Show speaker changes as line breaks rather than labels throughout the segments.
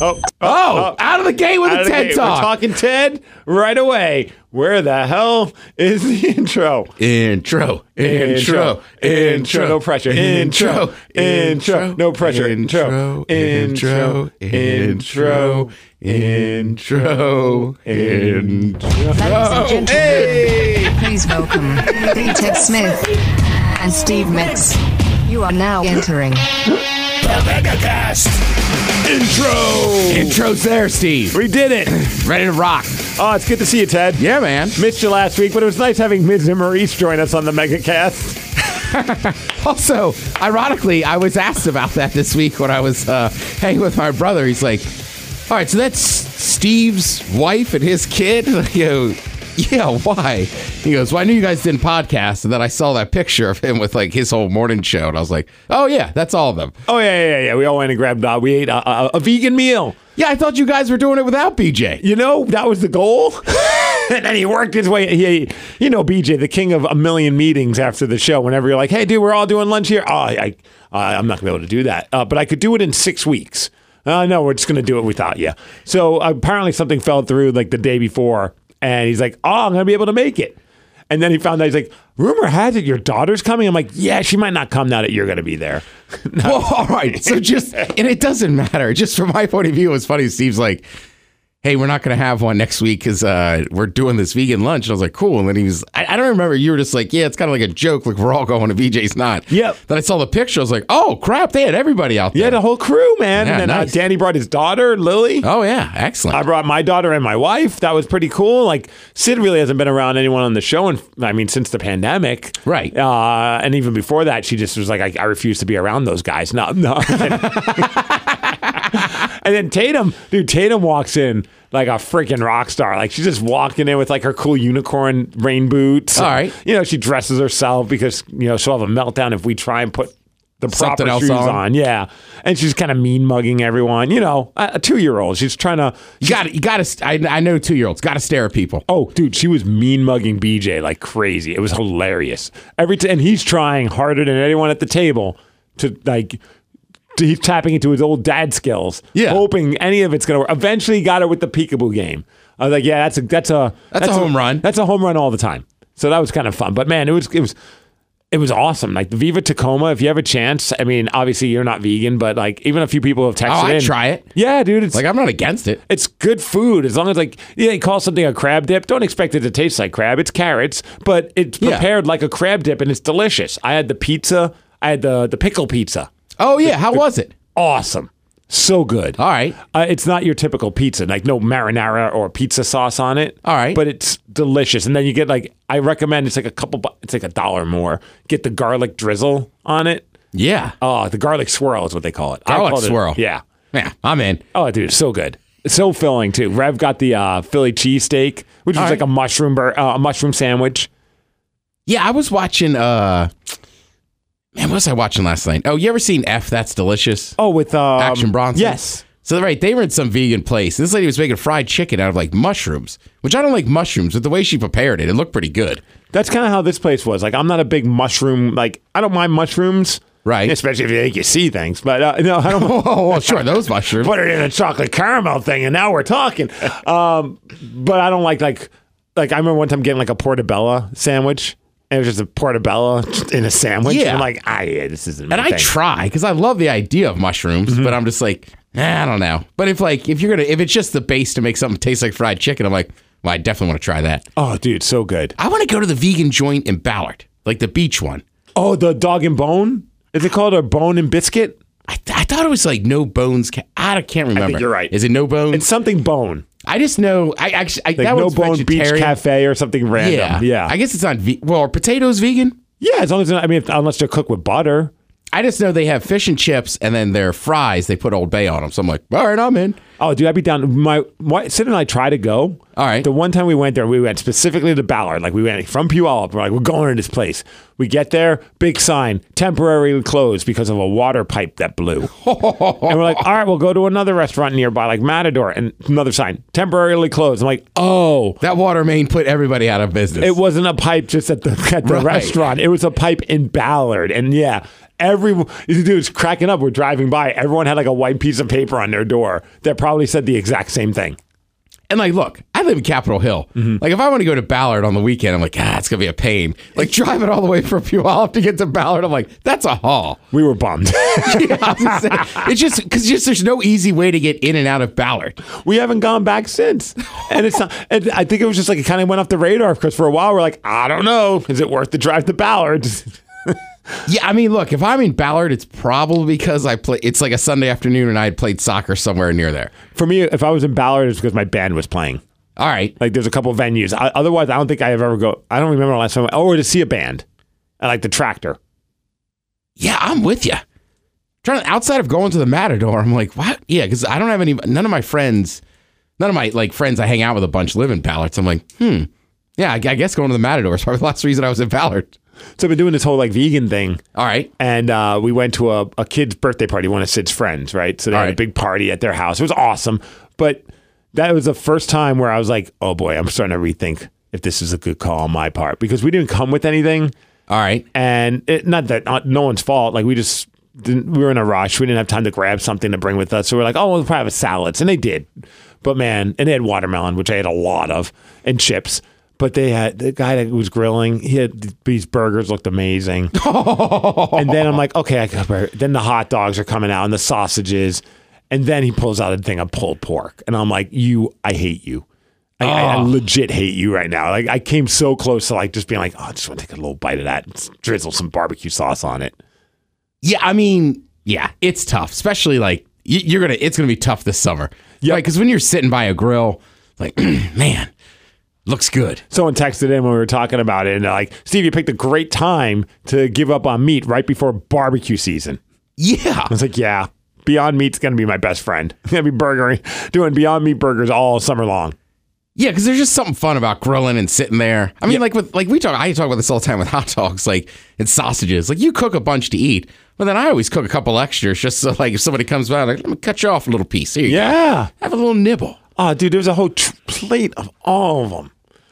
Oh,
Oh, out of the gate with
out
a
of the
TED
gate.
talk.
We're talking Ted right away. Where the hell is the intro?
intro, intro,
intro, no pressure, intro, intro, no pressure, intro,
intro, intro, intro, intro, intro.
Ladies and gentlemen,
Hey!
please welcome D. Ted Smith and Steve Metz. You are now entering.
Intro!
Intro's there, Steve.
We did it.
Ready to rock.
Oh, it's good to see you, Ted.
Yeah, man.
Missed you last week, but it was nice having Ms. and Maurice join us on the MegaCast.
Also, ironically, I was asked about that this week when I was uh, hanging with my brother. He's like, "All right, so that's Steve's wife and his kid." And I go, "Yeah, why?" He goes, "Well, I knew you guys didn't podcast, and then I saw that picture of him with like his whole morning show, and I was like, "Oh yeah, that's all of them."
Oh yeah, yeah, yeah. We all went and grabbed. Uh, we ate a, a, a vegan meal.
Yeah, I thought you guys were doing it without BJ.
You know, that was the goal. and then he worked his way. He, you know, BJ, the king of a million meetings after the show. Whenever you're like, "Hey, dude, we're all doing lunch here," oh, I, I I'm not gonna be able to do that. Uh, but I could do it in six weeks. Uh, no, we're just gonna do it without you. So apparently something fell through like the day before, and he's like, "Oh, I'm gonna be able to make it." And then he found out he's like, "Rumor has it your daughter's coming." I'm like, "Yeah, she might not come now that you're gonna be there."
Well, all right. So just, and it doesn't matter. Just from my point of view, it was funny. Steve's like, hey, we're not going to have one next week because uh, we're doing this vegan lunch. And I was like, cool. And then he was, I, I don't remember. You were just like, yeah, it's kind of like a joke. Like, we're all going to VJ's not.
Yep.
Then I saw the picture. I was like, oh, crap. They had everybody out
Yeah,
there.
the whole crew, man.
Yeah,
and then
nice.
uh, Danny brought his daughter, Lily.
oh, yeah. Excellent.
I brought my daughter and my wife. That was pretty cool. Like Sid really hasn't been around anyone on the show, and I mean since the pandemic,
Right.
Uh, and even before that, she just was like, "I, I refuse to be around those guys." No, no. I'm kidding. and then Tatum, dude, Tatum walks in like a freaking rock star. Like she's just walking in with like her cool unicorn rain boots.
All right.
you know she dresses herself because you know she'll have a meltdown if we try and put. The proper
Something else
shoes
on.
on, yeah, and she's kind of mean mugging everyone. You know, a a two-year-old. She's trying to
you got to, you got to, I, I know two year olds, got to stare at people.
Oh, dude, she was mean mugging BJ like crazy. It was hilarious. Every t- and he's trying harder than anyone at the table to like. to- He's tapping into his old dad skills,
Yeah.
hoping any of it's gonna work. Eventually, he got it with the peekaboo game. I was like, yeah, that's a that's a
That's a home run.
That's a home run all the time. So that was kind of fun. But man, it was it was it was awesome. Like the Viva Tacoma, if you have a chance, I mean, obviously you're not vegan, but like even a few people have texted
Oh, I'd
in.
try it.
Yeah, dude, it's
Like, I'm not against it.
it's good food as long as like yeah, they call something a crab dip. Don't expect it to taste like crab. It's carrots, but it's
Yeah.
prepared like a crab dip and it's delicious. I had the pizza. I had the the pickle pizza.
Oh, yeah. How was it?
Awesome, so good.
All right.
Uh, it's not your typical pizza, like no marinara or pizza sauce on it.
All right.
but it's delicious. And then you get like I recommend it's like a couple, bu- it's like a dollar more. Get the garlic drizzle on it.
Yeah.
Oh, the garlic swirl is what they call it. I
Garlic
called it-
swirl.
yeah,
Yeah. I'm in.
Oh, dude, it's so good. It's so filling too. Rev got the uh, Philly cheesesteak, which was
All
like
right.
a mushroom bur- uh, a mushroom sandwich.
Yeah, I was watching. uh Man, what was I watching last night? Oh, you ever seen F? That's delicious.
Oh, with um,
Action Bronson.
Yes.
So right, they were in some vegan place. This lady was making fried chicken out of like mushrooms, which I don't like mushrooms, but the way she prepared it, it looked pretty good.
That's kind of how this place was. Like, I'm not a big mushroom. Like, I don't mind mushrooms,
Right.
Especially if you think you see things. But uh, no, I don't.
Oh, well, sure, those mushrooms.
put it in a chocolate caramel thing, and now we're talking. Um, but I don't like like like I remember one time getting like a portabella sandwich, and it was just a portabella in a sandwich.
Yeah.
I'm like, ah, yeah, this isn't.
and
my
I
thing.
try because I love the idea of mushrooms,
Mm-hmm.
but I'm just like, eh, I don't know. But if like if you're gonna if it's just the base to make something taste like fried chicken, I'm like, well, I definitely want to try that.
Oh, dude, so good.
I want to go to the vegan joint in Ballard, like the beach one.
Oh, the dog and bone? Is it called a bone and biscuit?
I, th- I thought it was like no bones. Ca- I can't remember.
you're right.
Is it no bones?
It's something bone.
I just know. I actually I,
Like
that
no
one's
bone beach
vegetarian.
cafe or something random. Yeah.
Yeah,
Yeah.
I guess it's not. Ve- well, are potatoes vegan?
as long as, they're not- I mean, if- unless they're cooked with butter.
I just know they have fish and chips, and then their fries. They put Old Bay on them. So I'm like, all right, I'm in.
Oh, dude, I'd be down. My, my Sid and I try to go.
All right.
The one time we went there, we went specifically to Ballard. Like we went from Puyallup. We're like, we're going to this place. We get there, big sign, temporarily closed because of a water pipe that blew. and we're like, all right, we'll go to another restaurant nearby, like Matador, and another sign, temporarily closed. I'm like, oh,
That water main put everybody out of business.
it wasn't a pipe just at the at the
Right.
restaurant. It was a pipe in Ballard, and yeah, every dude's cracking up. We're driving by. Everyone had like a white piece of paper on their door that probably said the exact same thing.
and like, look, I live in Capitol Hill.
Mm-hmm.
Like, if I want to go to Ballard on the weekend, I'm like, ah, it's gonna be a pain. Like, driving all the way from Puyallup to get to Ballard, I'm like, that's a haul.
We were bummed.
Yeah, I was gonna say, it's just because just there's no easy way to get in and out of Ballard.
we haven't gone back since, and it's not. And I think it was just like it kind of went off the radar because for a while we're like, I don't know, is it worth the drive to Ballard?
Yeah, I mean, look, if I'm in Ballard, it's probably because I play. It's like a Sunday afternoon, and I had played soccer somewhere near there.
for me, if I was in Ballard, it's because my band was playing.
All right,
Like there's a couple venues. I, otherwise, I don't think I have ever go. I don't remember the last time. I- Or to see a band, I like the Tractor.
yeah, I'm with you. Trying to, outside of going to the Matador, I'm like, what? Yeah, because I don't have any. None of my friends, none of my like friends I hang out with a bunch live in Ballard. So I'm like, hmm. Yeah, I, I guess going to the Matador is probably the last reason I was in Ballard.
So I've been doing this whole like vegan thing.
All right,
And uh, we went to a, a kid's birthday party, one of Sid's friends, right? So they had a
Alright.
big party at their house. It was awesome. But that was the first time where I was like, oh boy, I'm starting to rethink if this is a good call on my part because we didn't come with anything.
all right.
And it, not that not, no one's fault. Like we just didn't, we were in a rush. We didn't have time to grab something to bring with us. So we're like, oh, we'll probably have salads. And they did. But man, and they had watermelon, which I had a lot of, and chips. But they had the guy that was grilling, he had these burgers looked amazing. and then I'm like, okay, I got burger. Then the hot dogs are coming out and the sausages. And then he pulls out a thing of pulled pork. And I'm like, you, I hate you. I, I, I legit hate you right now. Like I came so close to like just being like, oh, I just want to take a little bite of that and s- drizzle some barbecue sauce on it.
Yeah, I mean, yeah, it's tough, especially like y- you're gonna. It's gonna be tough this summer. Yeah, because when you're sitting by a grill, like, man, looks good.
Someone texted in when we were talking about it and they're like, Steve, you picked a great time to give up on meat right before barbecue season.
Yeah,
I was like, yeah, Beyond Meat's gonna be my best friend. gonna be burgering, doing Beyond Meat burgers all summer long.
Yeah, because there's just something fun about grilling and sitting there. I mean, like with like we talk, I talk about this all the time with hot dogs, like and sausages. Like you cook a bunch to eat, but then I always cook a couple extras just so like if somebody comes by, like let me cut you off a little piece. Here you go.
Yeah.
have a little nibble.
Oh, dude, there was a whole t- plate of all of them.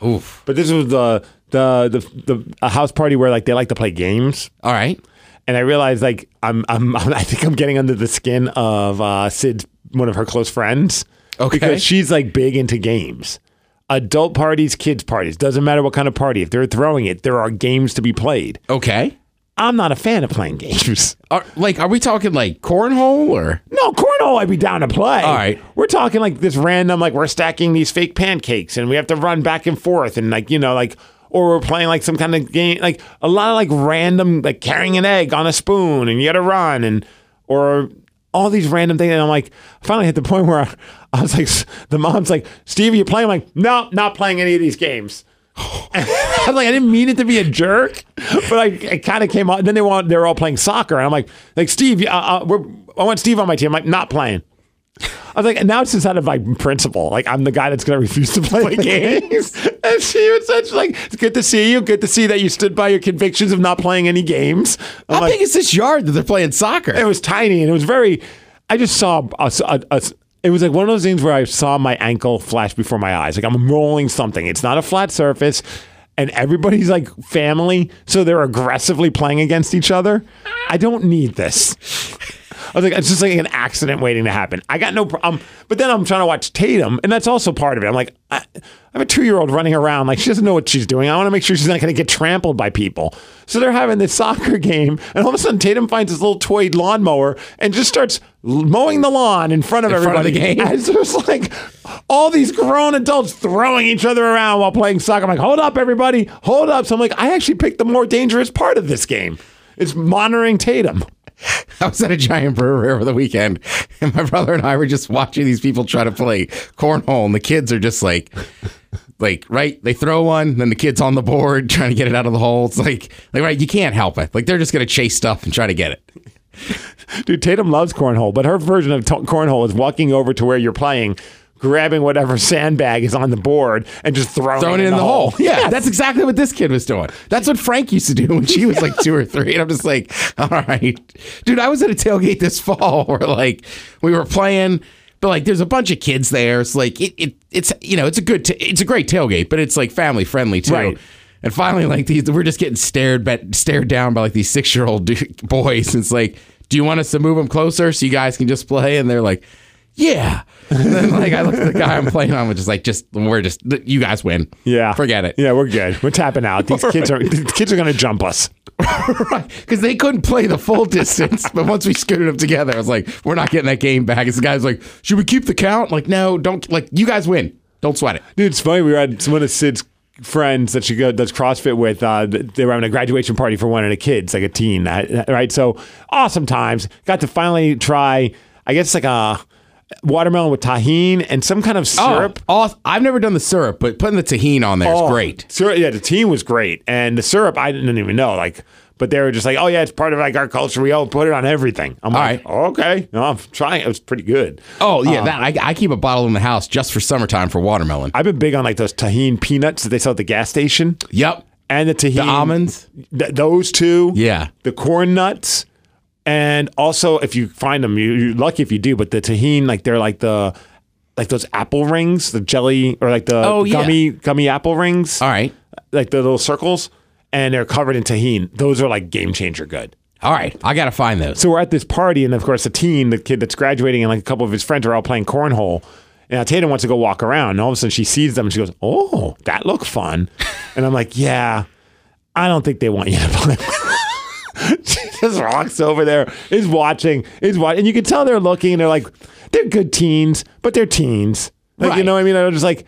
Oof.
But this was the the the, the a house party where like they like to play games.
All right.
and I realized like I'm I'm I think I'm getting under the skin of uh, Sid's one of her close friends.
Okay.
because she's like big into games, adult parties, kids parties. Doesn't matter what kind of party. If they're throwing it, there are games to be played.
Okay.
I'm not a fan of playing games.
Are, like, are we talking like cornhole or?
No, cornhole, I'd be down to play.
All right.
We're talking like this random, like we're stacking these fake pancakes and we have to run back and forth and like, you know, like, or we're playing like some kind of game, like a lot of like random, like carrying an egg on a spoon and you gotta run and, or all these random things. And I'm like, I finally hit the point where I, I was like, s- the mom's like, Steve, are you playing? I'm like, no, not playing any of these games. I'm like, I didn't mean it to be a jerk, but I, I kind of came out. Then they want they're all playing soccer, and I'm like, like Steve, uh, uh, we're, I want Steve on my team. I'm like, not playing. I was like, now it's just out of like principle. Like I'm the guy that's gonna refuse to play, games. and she was such like, it's good to see you. Good to see that you stood by your convictions of not playing any games. I'm
How
like,
big is this yard that they're playing soccer?
it was tiny and it was very. I just saw a, a- a- It was like one of those things where I saw my ankle flash before my eyes. Like I'm rolling something. It's not a flat surface, and everybody's like family, so they're aggressively playing against each other. I don't need this. I was like, it's just like an accident waiting to happen. I got no problem. But then I'm trying to watch Tatum, and that's also part of it. I'm like, I, I have a two year old running around. Like, she doesn't know what she's doing. I want to make sure she's not going to get trampled by people. So they're having this soccer game, and all of a sudden, Tatum finds his little toy lawnmower and just starts l- mowing the lawn in front of
In front of
everybody.
the game?
And it's just like all these grown adults throwing each other around while playing soccer. I'm like, hold up, everybody, hold up. So I'm like, I actually picked the more dangerous part of this game. It's monitoring Tatum.
I was at a giant brewery over the weekend, and my brother and I were just watching these people try to play cornhole, and the kids are just like, like right, they throw one, then the kid's on the board trying to get it out of the hole. It's like, like right, you can't help it. Like they're just gonna chase stuff and try to get it.
Dude, Tatum loves cornhole, but her version of to- cornhole is walking over to where you're playing, grabbing whatever sandbag is on the board, and just throwing,
Throwing
it in the, hole.
Yeah, that's exactly what this kid was doing. That's what Frank used to do when she was like two or three. And I'm just like, all right, dude. I was at a tailgate this fall where like we were playing, but like there's a bunch of kids there. It's like it, it it's you know it's a good ta- it's a great tailgate, but it's like family friendly too.
Right.
And finally, like these, we're just getting stared bet, stared down by like these six year old boys. It's like, do you want us to move them closer so you guys can just play? And they're like, yeah. And then like I looked at the guy I'm playing on, which is like, just we're just you guys win.
Yeah.
forget it.
Yeah, we're good. We're tapping out. These kids are these kids are gonna jump us.
right? Because they couldn't play the full distance. but once we scooted them together, I was like, we're not getting that game back. And the guy's like, should we keep the count? I'm like, no, don't. Like, you guys win. Don't sweat it.
Dude, it's funny. We were at one of Sid's friends that she go, does CrossFit with. Uh, th- they were having a graduation party for one of the kids, like a teen, that, right? So awesome times. Got to finally try. I guess like a watermelon with tahine and some kind of syrup.
Oh, aw- I've never done the syrup, but putting the tahini on there is
Oh,
great.
Syrup, yeah, the team was great, and the syrup I didn't even know. Like, but they were just like, oh yeah, it's part of like our culture. We all put it on everything. I'm
All
like, okay, no, I'm trying. It was pretty good.
Oh yeah, that I, I keep a bottle in the house just for summertime for watermelon.
I've been big on like those tahine peanuts that they sell at the gas station,
yep,
and the tahine
the almonds.
Th- those two,
Yeah.
the corn nuts, and also if you find them, you, you're lucky if you do. But the tahine, like they're like the like those apple rings, the jelly or like the
Oh, yeah.
gummy gummy apple rings.
All right,
like the little circles, and they're covered in tahine. Those are like game changer good.
all right. I gotta find those.
So we're at this party, and of course, the teen, the kid that's graduating, and like a couple of his friends are all playing cornhole. And now Tatum wants to go walk around, and all of a sudden she sees them, and she goes, "Oh, that looked fun." and I'm like, "Yeah, I don't think they want you to play." she just walks over there, is watching, is watching, and you can tell they're looking, and they're like, they're good teens, but they're teens. Like you
Right.
know what I mean? They're just like,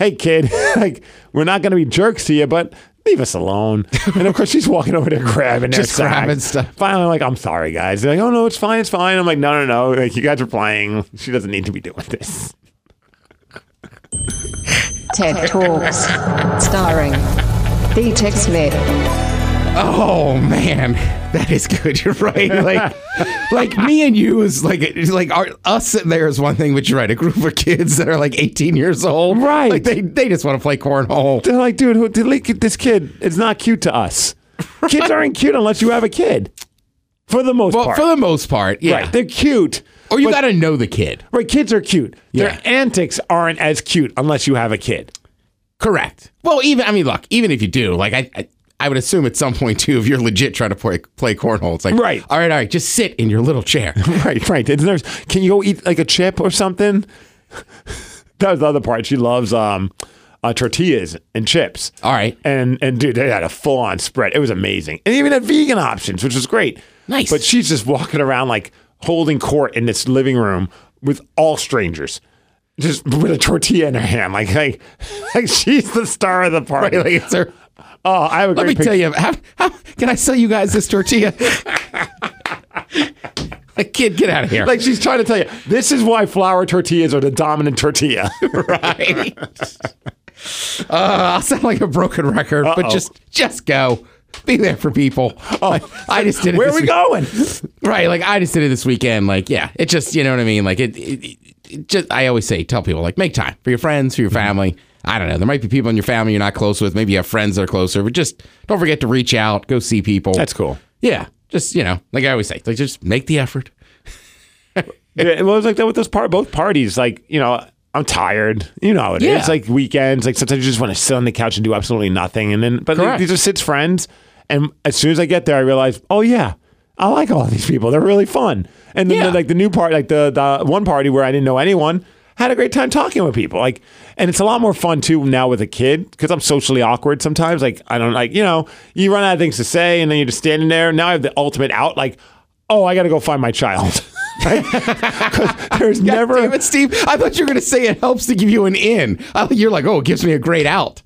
"Hey, kid, like we're not gonna be jerks to you, but." Leave us alone. And of course, she's walking over there grabbing their
Just grabbing
sacks.
stuff.
Finally, I'm like, I'm sorry, guys. They're like, oh no, it's fine, it's fine. I'm like, no, no, no. Like, you guys are playing. She doesn't need to be doing this.
Tech Talks. Starring The Tech Smith.
Oh man, that is good. You're right. Like, like me and you is like it's like our, us sitting there is one thing, but you're right. A group of kids that are like 18 years old,
Right.
Like they they just want to play cornhole.
They're like, dude, who, delete this kid is not cute to us. Kids aren't cute unless you have a kid. For the most
Well,
part,
for the most part, yeah.
right? They're cute.
or you
but-
got to know the kid.
right? Kids are cute.
Yeah.
Their antics aren't as cute unless you have a kid.
Correct. Well, even I mean, look, even if you do, like I. I I would assume at some point too, if you're legit trying to play, play cornhole, it's like,
Right.
all right, all right, just sit in your little chair.
Right, right. It's nervous. Can you go eat like a chip or something? that was the other part. She loves um, uh, tortillas and chips.
All right.
And and dude, they had a full on spread. It was amazing. And even had vegan options, which was great.
Nice.
But she's just walking around like holding court in this living room with all strangers. Just with a tortilla in her hand, like like, like she's the star of the party.
Like, it's her-
oh, I have a
Let
great
me
picture.
tell you, how, how, can I sell you guys this tortilla? like, kid, get out of here.
Like she's trying to tell you, this is why flour tortillas are the dominant tortilla.
right. uh, I'll sound like a broken record, but
Uh-oh. Oh.
just just go. Be there for people. Like, I just did it.
Where
this
are we
week-
going?
Right, like I just did it this weekend. Like, yeah, it just you know what I mean. Like, it, it, it just I always say tell people like make time for your friends, for
Mm-hmm.
your family. I don't know. There might be people in your family you're not close with. Maybe you have friends that are closer, but just don't forget to reach out, go see people.
That's cool.
Yeah, just you know, like I always say, like just make the effort.
Yeah, well, it's like that with those par- both parties. Like, you know, I'm tired. You know how it is.
Yeah.
It's like weekends. Like sometimes you just want to sit on the couch and do absolutely nothing. And then, but like,
Correct.
these are Sid's friends. And as soon as I get there, I realize, oh yeah, I like all these people. They're really fun. And then
Yeah.
the, like the new part, like the the one party where I didn't know anyone, had a great time talking with people. Like, and it's a lot more fun too now with a kid because I'm socially awkward sometimes. Like I don't like you know you run out of things to say and then you're just standing there. Now I have the ultimate out. Like, oh, I got to go find my child. Right? 'Cause there's never
Damn it, Steve. I thought you were going to say it helps to give you an in. I, you're like, oh, it gives me a great out.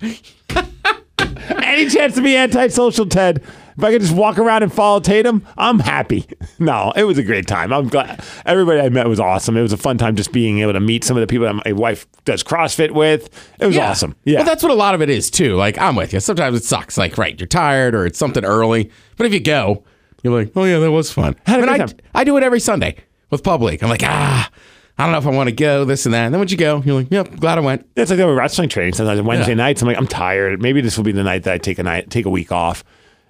any chance to be antisocial, Ted. If I could just walk around and follow Tatum, I'm happy. No, it was a great time. I'm glad everybody I met was awesome. It was a fun time just being able to meet some of the people that my wife does CrossFit with. It was awesome. Yeah.
Well, that's what a lot of it is, too. Like, I'm with you. Sometimes it sucks. Like, right, you're tired or it's something early. But if you go, You're like, oh yeah, that was fun.
Had a
I,
good
mean,
time.
I, I do it every Sunday with public. I'm like, ah, I don't know if I want to go, this and that. And then once you go, you're like, yep, glad I went.
It's like that with wrestling training. Sometimes on Wednesday
Yeah.
nights, I'm like, I'm tired. Maybe this will be the night that I take a night, take a week off.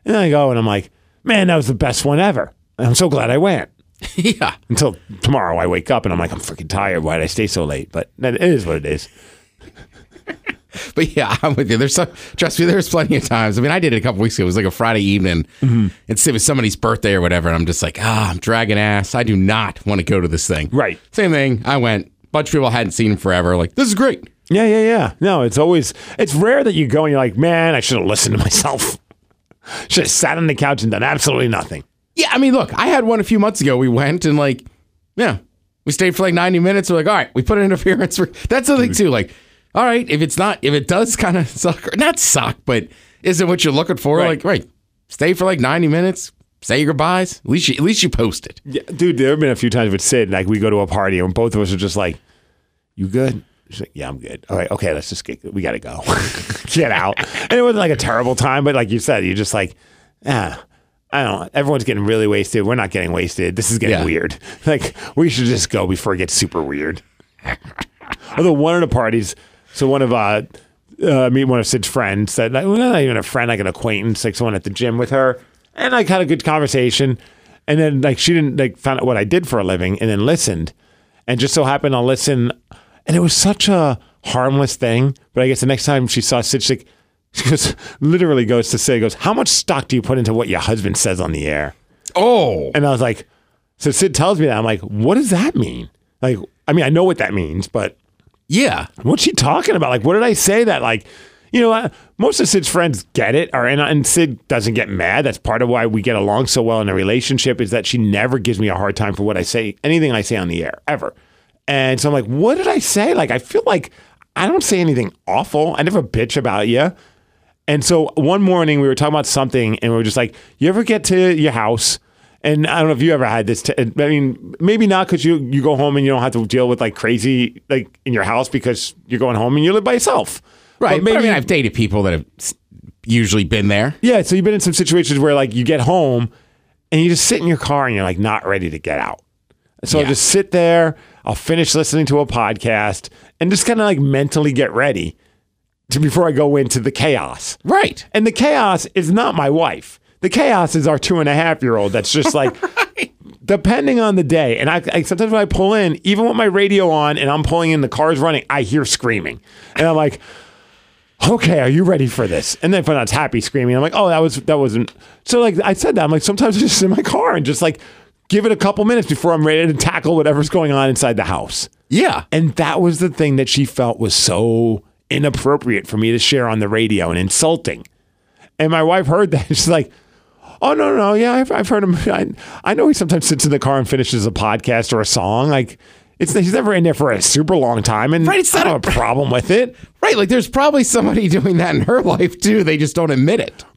And then I go and I'm like, man, that was the best one ever. And I'm so glad I went.
yeah.
Until tomorrow, I wake up and I'm like, I'm freaking tired. Why did I stay so late? But it is what it is.
But yeah, I'm with you. There's some, trust me, there's plenty of times. I mean, I did it a couple weeks ago. It was like a Friday evening. And it was somebody's birthday or whatever. And I'm just like, ah, I'm dragging ass. I do not want to go to this thing.
Right.
Same thing. I went. Bunch of people I hadn't seen in forever. Like, this is great.
Yeah, yeah, yeah. No, it's always it's rare that you go and you're like, man, I should have listened to myself. should have sat on the couch and done absolutely nothing.
Yeah, I mean, look, I had one a few months ago. We went and like, yeah, we stayed for like 90 minutes. We're like, all right, we put an interference. For, that's the thing too. Like, all right, if it's not, if it does kind of suck, or not suck, but isn't what you're looking for?
Right.
Like, right, stay for like 90 minutes, say your goodbyes. At least, you, at least you post it.
Yeah, dude, there have been a few times with Sid, like we go to a party and both of us are just like, "You good?" She's like, "Yeah, I'm good." All right, okay, let's just get. We gotta go, get out. And it wasn't like a terrible time, but like you said, you're just like, ah. I don't. Everyone's getting really wasted. We're not getting wasted. This is getting
Yeah.
weird. Like we should just go before it gets super weird. Although one of the parties, so one of uh, uh meet one of Sid's friends that like, well, not even a friend, like an acquaintance, like someone at the gym with her, and like had a good conversation, and then like she didn't like found out what I did for a living, and then listened, and just so happened to listen, and it was such a harmless thing. But I guess the next time she saw Sid, she, she goes, literally goes to Sid, goes, "How much stock do you put into what your husband says on the air?"
Oh,
And I was like, so Sid tells me that. I'm like, what does that mean? Like, I mean, I know what that means, but
yeah.
what's she talking about? Like, what did I say that? Like, you know, uh, most of Sid's friends get it, or and, and Sid doesn't get mad. That's part of why we get along so well in a relationship is that she never gives me a hard time for what I say, anything I say on the air ever. And so I'm like, what did I say? Like, I feel like I don't say anything awful. I never bitch about you. And so one morning we were talking about something, and we were just like, "You ever get to your house?" And I don't know if you ever had this. T- I mean, maybe not because you you go home and you don't have to deal with like crazy like in your house because you're going home and you live by yourself.
Right.
But
But, I mean, I've dated people that have s- usually been there.
yeah. So you've been in some situations where like you get home and you just sit in your car and you're like not ready to get out. So I'll
Yeah.
just sit there. I'll finish listening to a podcast and just kind of like mentally get ready to before I go into the chaos.
Right.
And the chaos is not my wife. The chaos is our two and a half year old that's just like, depending on the day. And I, I sometimes when I pull in, even with my radio on and I'm pulling in, the car's running, I hear screaming. And I'm like, okay, are you ready for this? And then if I'm not happy screaming, I'm like, oh, that was, that wasn't. So like I said that, I'm like, sometimes I just sit in my car and just like give it a couple minutes before I'm ready to tackle whatever's going on inside the house.
Yeah.
And that was the thing that she felt was so inappropriate for me to share on the radio and insulting. And my wife heard that. She's like, Oh, no, no, no. Yeah, I've, I've heard him. I, I know he sometimes sits in the car and finishes a podcast or a song. Like, it's, he's never in there for a super long time. And
Right, it's
I
not
don't
a-
have a problem with it.
Right. Like there's probably somebody doing that in her life too. They just don't admit it.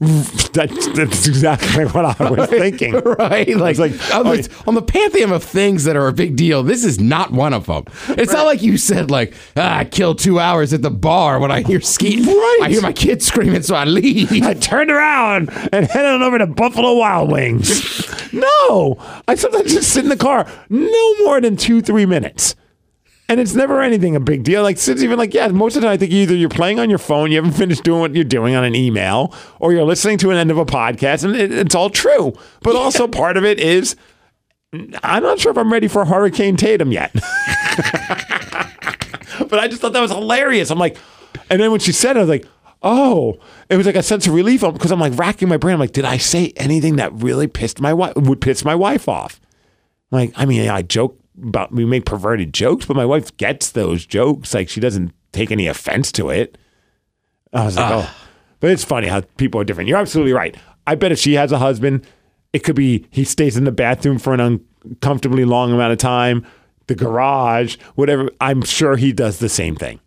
That's, that's exactly what I was thinking.
right? Like,
like,
on,
oh,
the, on the pantheon of things that are a big deal, this is not one of them. It's not like you said, like, ah, I killed two hours at the bar when I hear skeet.
Right.
I hear my kids screaming, so I leave.
I turned around and headed on over to Buffalo Wild Wings. no, I sometimes just sit in the car no more than two, three minutes. And it's never anything a big deal. Like Sid's even like, yeah, most of the time I think either you're playing on your phone, you haven't finished doing what you're doing on an email, or you're listening to an end of a podcast, and it, it's all true. But also part of it is I'm not sure if I'm ready for Hurricane Tatum yet. but I just thought that was hilarious. I'm like, and then when she said it, I was like, oh, it was like a sense of relief because I'm like racking my brain. I'm like, did I say anything that really pissed my wife would piss my wife off? Like, I mean, I joke about we make perverted jokes, but my wife gets those jokes. Like, she doesn't take any offense to it. I was like, oh, but it's funny how people are different. You're absolutely right. I bet if she has a husband, it could be he stays in the bathroom for an uncomfortably long amount of time, the garage, whatever. I'm sure he does the same thing.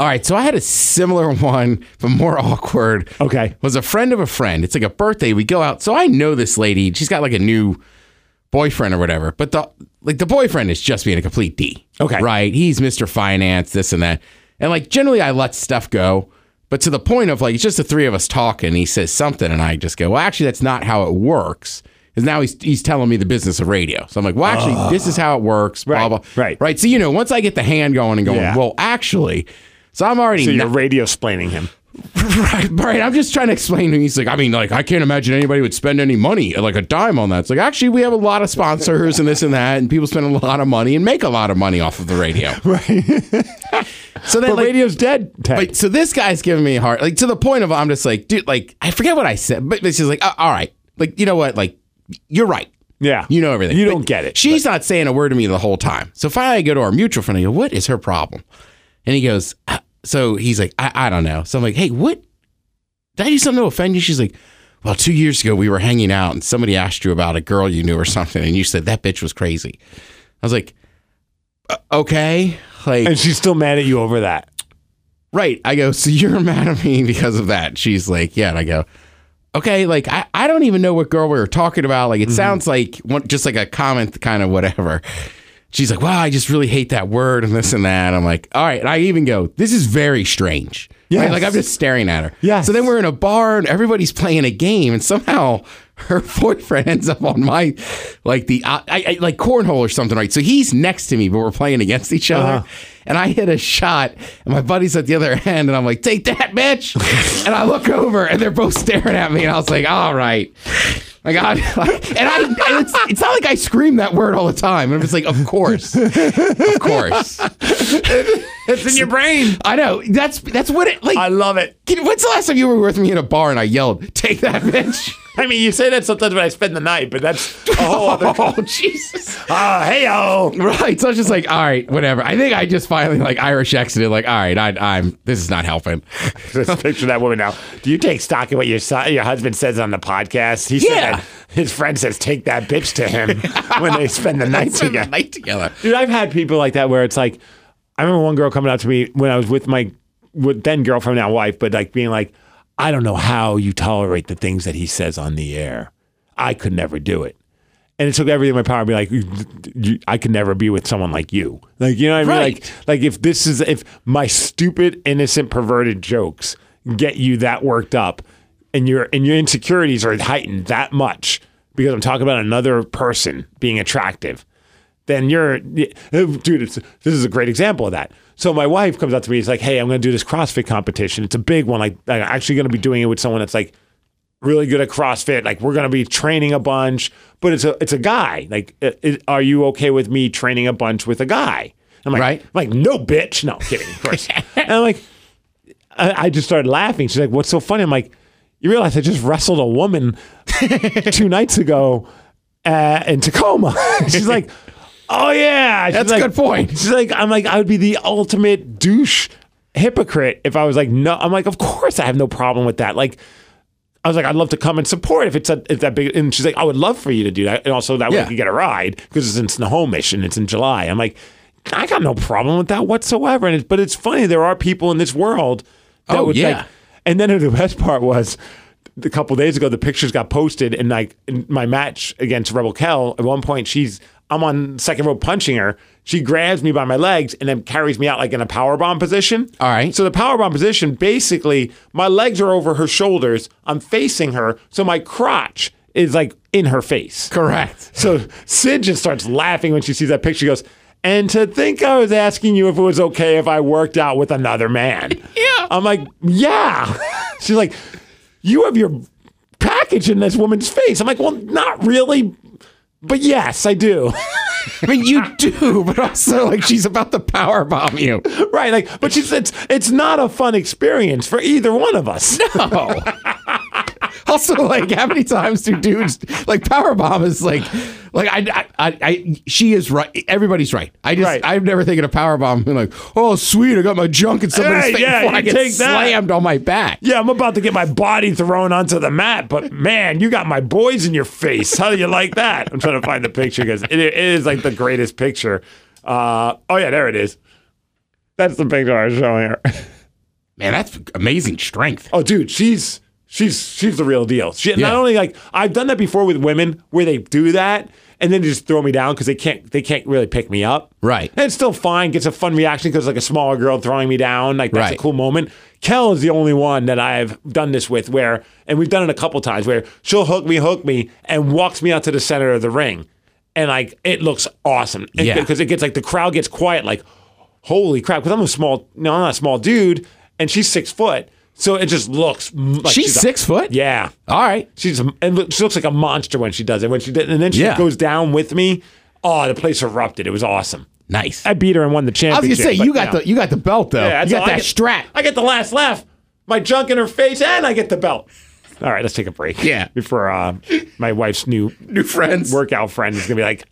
All right, so I had a similar one, but more awkward.
Okay.
was a friend of a friend. It's like a birthday. We go out. So I know this lady. She's got like a new boyfriend or whatever. But the like the boyfriend is just being a complete D.
Okay.
Right? He's Mr. Finance, this and that. And like generally I let stuff go. But to the point of like it's just the three of us talking, he says something, and I just go, Well, actually, that's not how it works. Because now he's he's telling me the business of radio. So I'm like, well, actually, this is how it works.
Right,
Blah blah.
right.
Right. So you know, once I get the hand going and going,
Yeah.
well, actually. So I'm already
So
kno-
you're radio splaining him.
Right, right. I'm just trying to explain to him. He's like, I mean, like, I can't imagine anybody would spend any money, like a dime on that. It's like, actually, we have a lot of sponsors and this and that, and people spend a lot of money and make a lot of money off of the radio. right. so then,
But
like,
radio's dead. Ted.
but so this guy's giving me a heart, like to the point of I'm just like, dude, like, I forget what I said, but she's like, "Uh, all right, like, you know what, like, you're right.
yeah,
You know everything.
You
But
don't get it.
She's not saying a word to me the whole time. So finally, I go to our mutual friend. I go, "What is her problem?" And he goes, "Ah." "So he's like, I, I don't know." So I'm like, "Hey, what? Did I do something to offend you?" She's like, "Well, two years ago, we were hanging out, and somebody asked you about a girl you knew or something, and you said that bitch was crazy." I was like, "Uh, "Okay." Like,
and she's still mad at you over that.
Right. I go, so you're mad at me because of that. She's like, yeah. And I go, okay, like, I, I don't even know what girl we were talking about. Like, it sounds like one, just like a comment kind of whatever. She's like, wow, I just really hate that word and this and that. I'm like, all right. And I even go, this is very strange. Yeah.
Yes.
Like, I'm just staring at her.
Yes.
So then we're in a bar and everybody's playing a game, and somehow her boyfriend ends up on my, like, the, uh, I, I, like, cornhole or something, right? So he's next to me, but we're playing against each other
Uh-huh.
and I hit a shot, and my buddy's at the other end, and I'm like, "Take that, bitch!" and I look over, and they're both staring at me, and I was like, "All right." Like, I, and I, and it's, it's not like I scream that word all the time. I'm just like, of course, of course.
It's in your brain.
I know that's that's what it like.
I love it.
Can- when's the last time you were with me in a bar and I yelled, "Take that, bitch"?
I mean, you say that sometimes when I spend the night, but that's a whole other.
Oh uh, Jesus!
Ah, hey yo.
Right. So I was just like, all right, whatever. I think I just finally like Irish exited. Like, all right, I, I'm. This is not helping.
Let's picture that woman now. Do you take stock in what your son, your husband says on the podcast? He
Yeah.
said that his friend says, "Take that bitch to him" when they spend the night
Spend the
together.
night together.
Dude, I've had people like that where it's like, I remember one girl coming up to me when I was with my with then girlfriend, now wife, but like being like, I don't know how you tolerate the things that he says on the air. I could never do it. And it took everything in my power to be like, "You- you- I could never be with someone like you. Like, you know what I mean?
Right.
Like, like if this is, if my stupid, innocent, perverted jokes get you that worked up and your, and your insecurities are heightened that much because I'm talking about another person being attractive, then you're, y- dude, it's, this is a great example of that. So my wife comes up to me. She's like, hey, I'm going to do this CrossFit competition. It's a big one. Like, I'm actually going to be doing it with someone that's like, really good at CrossFit. Like we're gonna be training a bunch, but it's a it's a guy. Like, i i- are you okay with me training a bunch with a guy? I'm like,
Right.
I'm like no, bitch, no, kidding, of course. and I'm like, I, I just started laughing. She's like, what's so funny? I'm like, you realize I just wrestled a woman two nights ago uh, in Tacoma. She's like. Oh yeah, She's
That's a
like-
good point.
She's like, I'm like, I would be the ultimate douche hypocrite if I was like, no. I'm like, of course I have no problem with that. Like, I was like, I'd love to come and support if it's a, if that big. And she's like, I would love for you to do that. And also that way
Yeah.
we could get a ride because it's in Snohomish and it's in July. I'm like, I got no problem with that whatsoever. And it, but it's funny, there are people in this world that
Oh,
would
yeah.
like. And then the best part was a couple days ago, the pictures got posted, and like in my match against Rebel Kell, at one point she's I'm on second row punching her. She grabs me by my legs and then carries me out like in a power bomb position.
All right.
So the power bomb position, basically, my legs are over her shoulders. I'm facing her, so my crotch is like in her face.
Correct.
So Sid just starts laughing when she sees that picture. She goes, and to think I was asking you if it was okay if I worked out with another man.
Yeah.
I'm like, yeah. She's like, you have your package in this woman's face. I'm like, well, not really, but yes, I do.
I mean, you do, but also like she's about to power bomb you.
right. Like, but she said it's, it's not a fun experience for either one of us.
No. also, like how many times do dudes like power bomb is like, like I, I, I, I she is right. Everybody's right. I just
Right.
I'm never thinking of power bomb. and like, oh sweet, I got my junk in somebody's
Hey,
face
yeah,
before I
you
get
take that.
slammed on my back.
Yeah, I'm about to get my body thrown onto the mat, but man, you got my boys in your face. How do you like that? I'm trying to find the picture because it, it is like the greatest picture. Uh, oh yeah, there it is. That's the picture I was showing her.
Man, that's amazing strength.
Oh, dude, she's she's she's the real deal. She
Yeah.
not only like I've done that before with women where they do that, and then they just throw me down because they can't they can't really pick me up.
Right.
And it's still fine. Gets a fun reaction because like a smaller girl throwing me down. Like that's
Right.
a cool moment. Kel is the only one that I've done this with where, and we've done it a couple times where she'll hook me, hook me, and walks me out to the center of the ring, and like it looks awesome.
Yeah.
Because it gets like the crowd gets quiet. Like holy crap! Because I'm a small, no, I'm not a small dude, and she's six foot. So it just looks m- like
She's
a-
six Oh. foot?
Yeah.
All right.
She's and look, she looks like a monster when she does it. When she did, and then she
Yeah.
goes down with me. Oh, the place erupted. It was awesome.
Nice.
I beat her and won the
I was
championship.
gonna say
but,
you got
know.
the you got the belt though.
Yeah,
Oh, you
that's all.
got
I
that
get-
strap.
I get the last laugh. My junk in her face, and I get the belt. All right, let's take a break.
Yeah.
Before uh, my wife's new
New friends.
workout friend is gonna be like,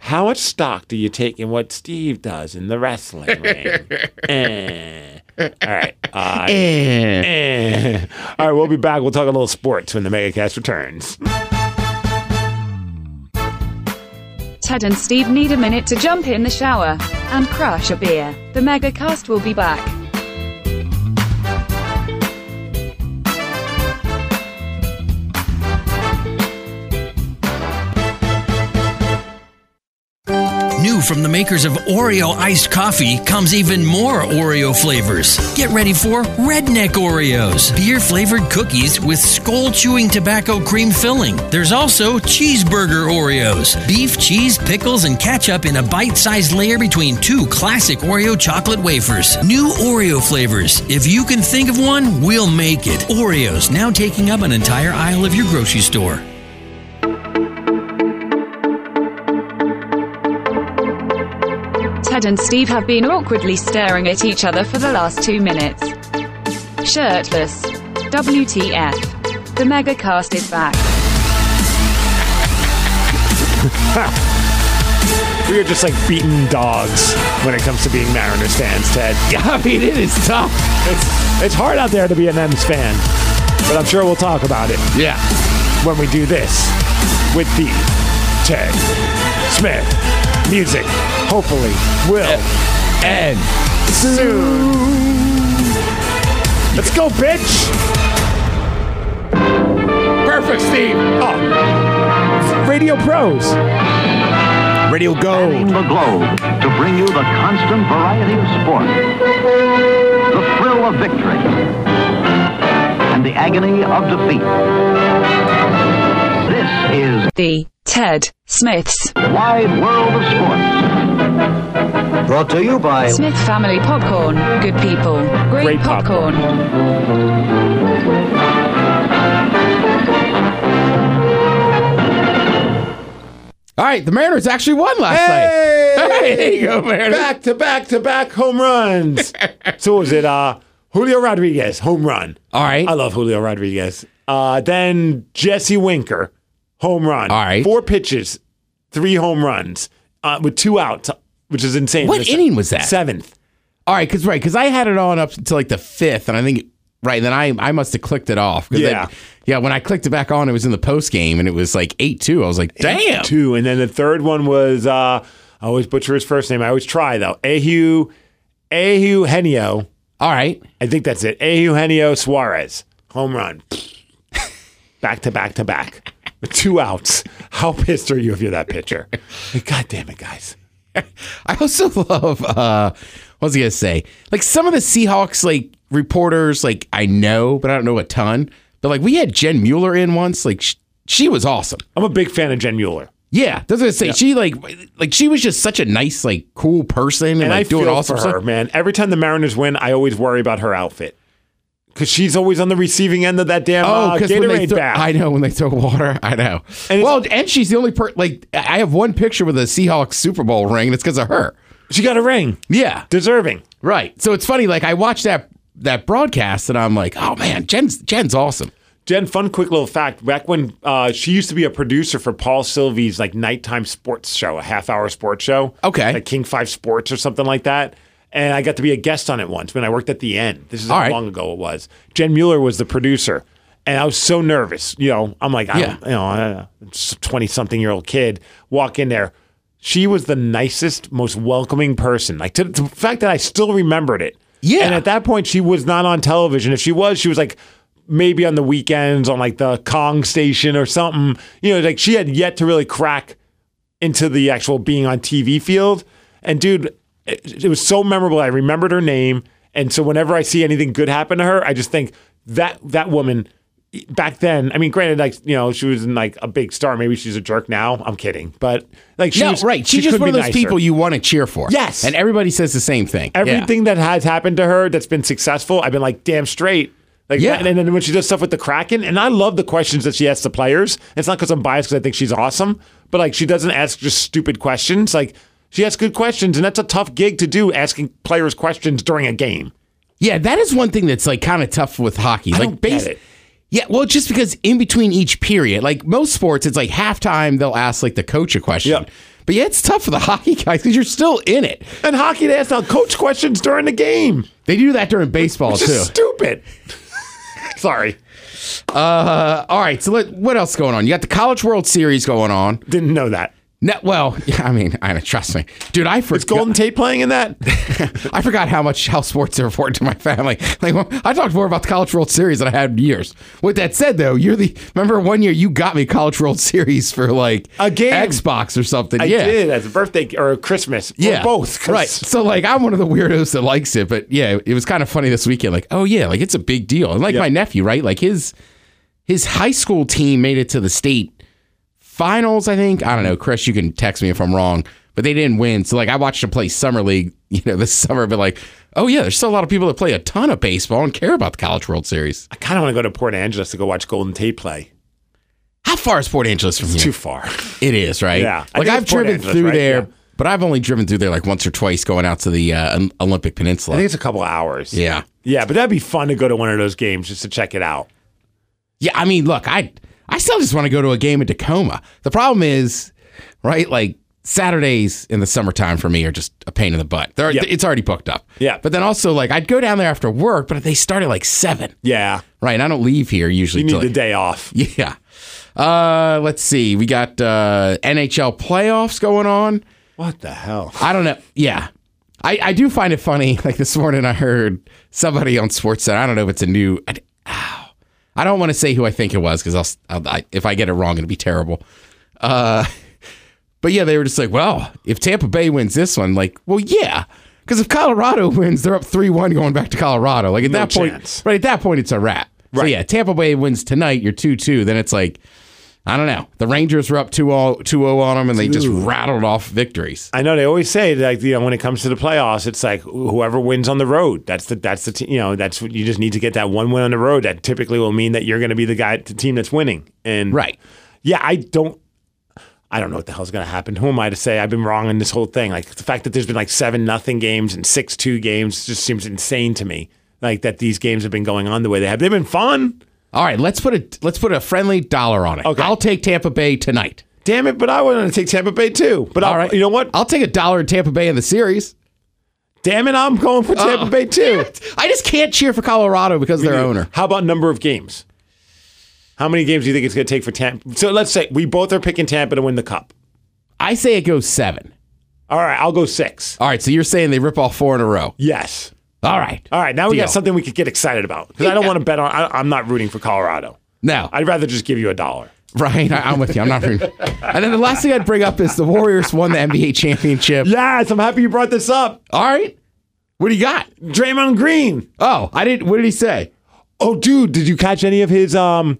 "How much stock do you take in what Steve does in the wrestling ring?" Eh. All right. Uh, eh. All right. We'll be back. We'll talk a little sports when the MegaCast returns.
Ted and Steve need a minute to jump in the shower and crush a beer. The Megacast will be back.
New from the makers of Oreo iced coffee comes even more Oreo flavors. Get ready for Redneck Oreos, beer flavored cookies with skull chewing tobacco cream filling. There's also cheeseburger Oreos, beef, cheese, pickles, and ketchup in a bite sized layer between two classic Oreo chocolate wafers. New Oreo flavors. If you can think of one, we'll make it. Oreos now taking up an entire aisle of your grocery store.
Ted and Steve have been awkwardly staring at each other for the last two minutes. Shirtless. WTF. The Megacast is back.
We are just like beaten dogs when it comes to being Mariners fans, Ted.
I mean, it is tough.
It's, it's hard out there to be an M's fan, but I'm sure we'll talk about it
Yeah.
when we do this with the Ted Smith music. Hopefully, will.
And
Let's go, bitch!
perfect, Steve.
Oh. Radio Pros. Radio
spanning
Go.
the globe to bring you the constant variety of sport, the thrill of victory, and the agony of defeat. This is
The Ted Smiths.
Wide World of Sports. Brought to you by
Smith Family Popcorn. Good people. Great,
Great popcorn.
popcorn.
All right, the Mariners actually won last night. Hey, there you go, Mariners.
Back to back to back home runs. so what was it uh Julio Rodriguez home run.
All right.
I love Julio Rodriguez. Uh then Jesse Winker home run.
All right.
Four pitches, three home runs uh, with two outs, which is insane.
What
This-
inning was that?
Seventh.
All right, because right, because I had it on up until like the fifth, and I think right then I I must have clicked it off. 'Cause I-
Yeah.
yeah. When I clicked it back on, it was in the post game, and it was like eight two. I was like, damn.
Two. And then the third one was uh I always butcher his first name. I always try though. Ahu Ahu Henio.
All right.
I think that's it. Eugenio Suarez, home run. back to back to back. With Two outs. How pissed are you if you're that pitcher? Like, God damn it, guys.
I also love uh what was I gonna say? Like some of the Seahawks like reporters, like I know, but I don't know a ton. But like we had Jen Mueller in once, like sh- she was awesome.
I'm a big fan of Jen Mueller.
Yeah, that's what I say. She like like she was just such a nice, like cool person and,
And
like
I
doing
feel
awesome
for her,
stuff.
man. Every time the Mariners win, I always worry about her outfit. Because she's always on the receiving end of that damn
Oh,
uh,
because when they
Gatorade
throw,
bath.
I know when they throw water, I know.
And it's-
well, and she's the only per like I have one picture with a Seahawks Super Bowl ring, and it's because of her.
she got a ring.
Yeah,
Deserving.
right. So it's funny. Like I watched that that broadcast, and I'm like, oh man, Jen's Jen's awesome.
Jen, fun quick little fact. Back when uh, she used to be a producer for Paul Sylvie's like nighttime sports show, a half hour sports show.
Okay.
Like King Five Sports or something like that. And I got to be a guest on it once when I worked at the end. This is how
All right.
long ago it was. Jen Mueller was the producer. And I was so nervous. You know, I'm like, I
Yeah.
don't, you know, I- I'm just a 20 something year old kid. Walk in there. She was the nicest, most welcoming person. Like to, to the fact that I still remembered it.
Yeah.
And at that point, she was not on television. If she was, she was like maybe on the weekends on like the Kong station or something. You know, like she had yet to really crack into the actual being on TV field. And dude, it, it was so memorable. I remembered her name, and so whenever I see anything good happen to her, I just think that that woman back then. I mean, granted, like you know, she was in like a big star. Maybe she's a jerk now. I'm kidding, but like she
no,
was,
right.
she
She's just
could
one of
be
those
nicer.
people you want to cheer for.
Yes.
And everybody says the same thing. Yeah.
Everything that has happened to her that's been successful, I've been like, damn straight. Like,
Yeah.
that- and then when she does stuff with the Kraken, and I love the questions that she asks the players. It's not because I'm biased because I think she's awesome, but like she doesn't ask just stupid questions. Like she asks good questions, and that's a tough gig to do asking players questions during a game.
Yeah, that is one thing that's like kind of tough with hockey. like
don't get it.
Yeah, well, just because in between each period, like most sports, it's like halftime they'll ask like the coach a question.
Yeah.
But yeah, it's tough for the hockey guys because you're still in it.
And hockey, they ask now coach questions during the game.
They do that during baseball
It's
Oh, too.
just stupid. Sorry,
Uh, all right, so let, what else going on? You got the College World Series going on.
didn't know that.
No, well, yeah, I mean, I trust me, dude. I
Is Golden
forgot.
Tate playing in that?
I forgot how much how sports are important to my family. Like well, I talked more about the College World Series than I had in years. With that said, though, you're the remember one year you got me College World Series for like
A game.
Xbox or something.
I
yeah.
did as a birthday or Christmas. or
Yeah,
both. 'cause-
Right. So like, I'm one of the weirdos that likes it, but yeah, it was kind of funny this weekend. Like, oh yeah, like it's a big deal. And like
Yeah.
my nephew, right? Like his his high school team made it to the state finals. I think I don't know, Chris. You can text me if I'm wrong, but they didn't win. So like, I watched them play summer league, you know, this summer. But like, oh yeah, there's still a lot of people that play a ton of baseball and care about the College World Series.
I kind of want to go to Port Angeles to go watch Golden Tate play.
How far is Port Angeles from
Too
here?
far.
It is right.
Yeah. I think
Like I've
it's Port
driven
Angeles,
through
right?
there.
Yeah.
But I've only driven through there like once or twice going out to the uh, Olympic Peninsula.
I think it's a couple hours.
Yeah.
Yeah, but that'd be fun to go to one of those games just to check it out.
Yeah, I mean, look, I I still just want to go to a game in Tacoma. The problem is, right, like Saturdays in the summertime for me are just a pain in the butt. They're,
Yep.
It's already booked up.
Yeah.
But then also, like, I'd go down there after work, but they start at like seven,
Yeah.
right? And I don't leave here usually.
You need
till,
the
like-
day off.
Yeah. Uh, let's see. We got uh, NHL playoffs going on.
What the hell?
I don't know. Yeah. I, I do find it funny. Like this morning, I heard somebody on SportsCenter. I don't know if it's a new. I, ow. I don't want to say who I think it was because I'll, s- I'll I, if I get it wrong, it'll be terrible. Uh, but yeah, they were just like, well, if Tampa Bay wins this one, like, well, yeah, because if Colorado wins, they're up three one going back to Colorado. Like at
No
that
chance.
point, right at that point, it's a wrap. So
Right.
yeah, Tampa Bay wins tonight. You're two two. Then it's like. I don't know. The Rangers were up 2-0 2-0 on them, and they just rattled off victories.
I know they always say that like, you know when it comes to the playoffs, it's like whoever wins on the road. That's the that's the te- you know that's what you just need to get that one win on the road. That typically will mean that you're going to be the guy the team that's winning. And
Right.
yeah, I don't. I don't know what the hell's going to happen. Who am I to say? I've been wrong in this whole thing. Like the fact that there's been like seven nothing games and six two games just seems insane to me. Like that these games have been going on the way they have. They've been fun.
All right, let's put a let's put a friendly dollar on it.
Okay.
I'll take Tampa Bay tonight.
Damn it! But I want to take Tampa Bay too. But
All
I'll,
right.
you know what?
I'll take a dollar in Tampa Bay in the series.
Damn it! I'm going for Tampa
Oh,
Bay too.
I just can't cheer for Colorado because of their owner.
How about number of games? How many games do you think it's going to take for Tampa? So let's say we both are picking Tampa to win the cup.
I say it goes seven.
All right, I'll go six.
All right, so you're saying they rip off four in a row.
Yes.
All right.
All right, now we
Deal.
got something we could get excited about because I don't want to bet on. I, I'm not rooting for Colorado.
No,
I'd rather just give you a dollar.
right? I, I'm with you. I'm not. and then the last thing I'd bring up is the Warriors won the NBA championship.
Yes, I'm happy you brought this up.
All right. What do you got?
Draymond Green.
Oh, I didn't. What did he say?
Oh, dude, did you catch any of his um,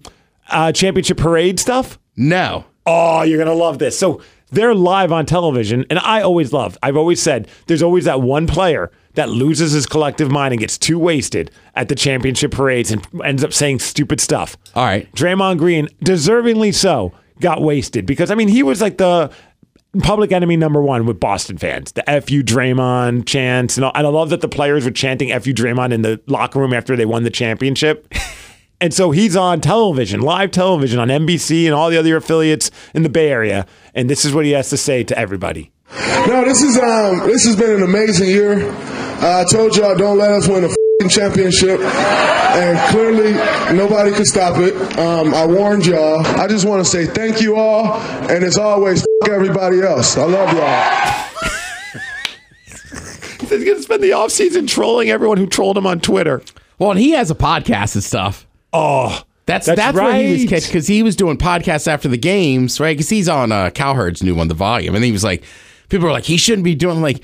uh, championship parade stuff?
No.
Oh, you're gonna love this. So they're live on television, and I always love. I've always said there's always that one player that loses his collective mind and gets too wasted at the championship parades and ends up saying stupid stuff.
All right.
Draymond Green, deservingly so, got wasted because I mean he was like the public enemy number one with Boston fans. The "Fu Draymond" chants, and, all, and I love that the players were chanting "Fu Draymond" in the locker room after they won the championship. and so he's on television, live television on NBC and all the other affiliates in the Bay Area, and this is what he has to say to everybody.
No, this is um, this has been an amazing year. Uh, I told y'all don't let us win a fing championship, and clearly nobody could stop it. Um, I warned y'all. I just want to say thank you all, and as always, f- everybody else. I love y'all.
He's going to spend the offseason trolling everyone who trolled him on Twitter.
Well, and he has a podcast and stuff.
Oh,
That's that's,
That's
where he was
right.
catch because he was doing podcasts after the games, right? Because he's on uh, Cowherd's new one, the volume, and he was like, people were like, he shouldn't be doing like.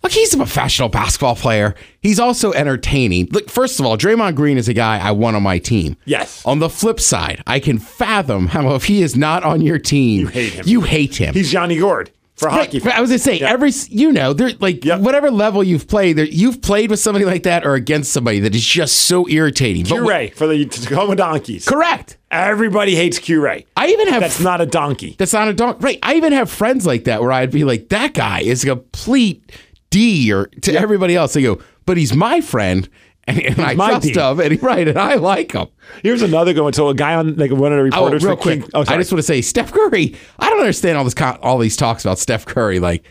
Look, he's a professional basketball player. He's also entertaining. Look, first of all, Draymond Green is a guy I want on my team.
Yes.
On the flip side, I can fathom how if he is not on your team, you
hate him.
You hate him.
He's Johnny Gord for
Right,
hockey.
but I was gonna say
Yeah.
every s- you know there like
Yep.
whatever level you've played there you've played with somebody like that or against somebody that is just so irritating. But
Q
we-
Ray for the Tacoma Donkeys.
correct.
Everybody hates Q Ray.
I even have
That's not a donkey.
that's not a dog. Right. I even have friends like that where I'd be like, that guy is a complete D or to everybody else. They go, but he's my friend and, and I
my
trust
D.
him and right and I like him.
Here's another good one. So a guy on like one of the
Oh,
reporters
real
for
quick,
King. Oh,
I
sorry.
just want to say Steph Curry. I don't understand all this co- all these talks about Steph Curry. Like,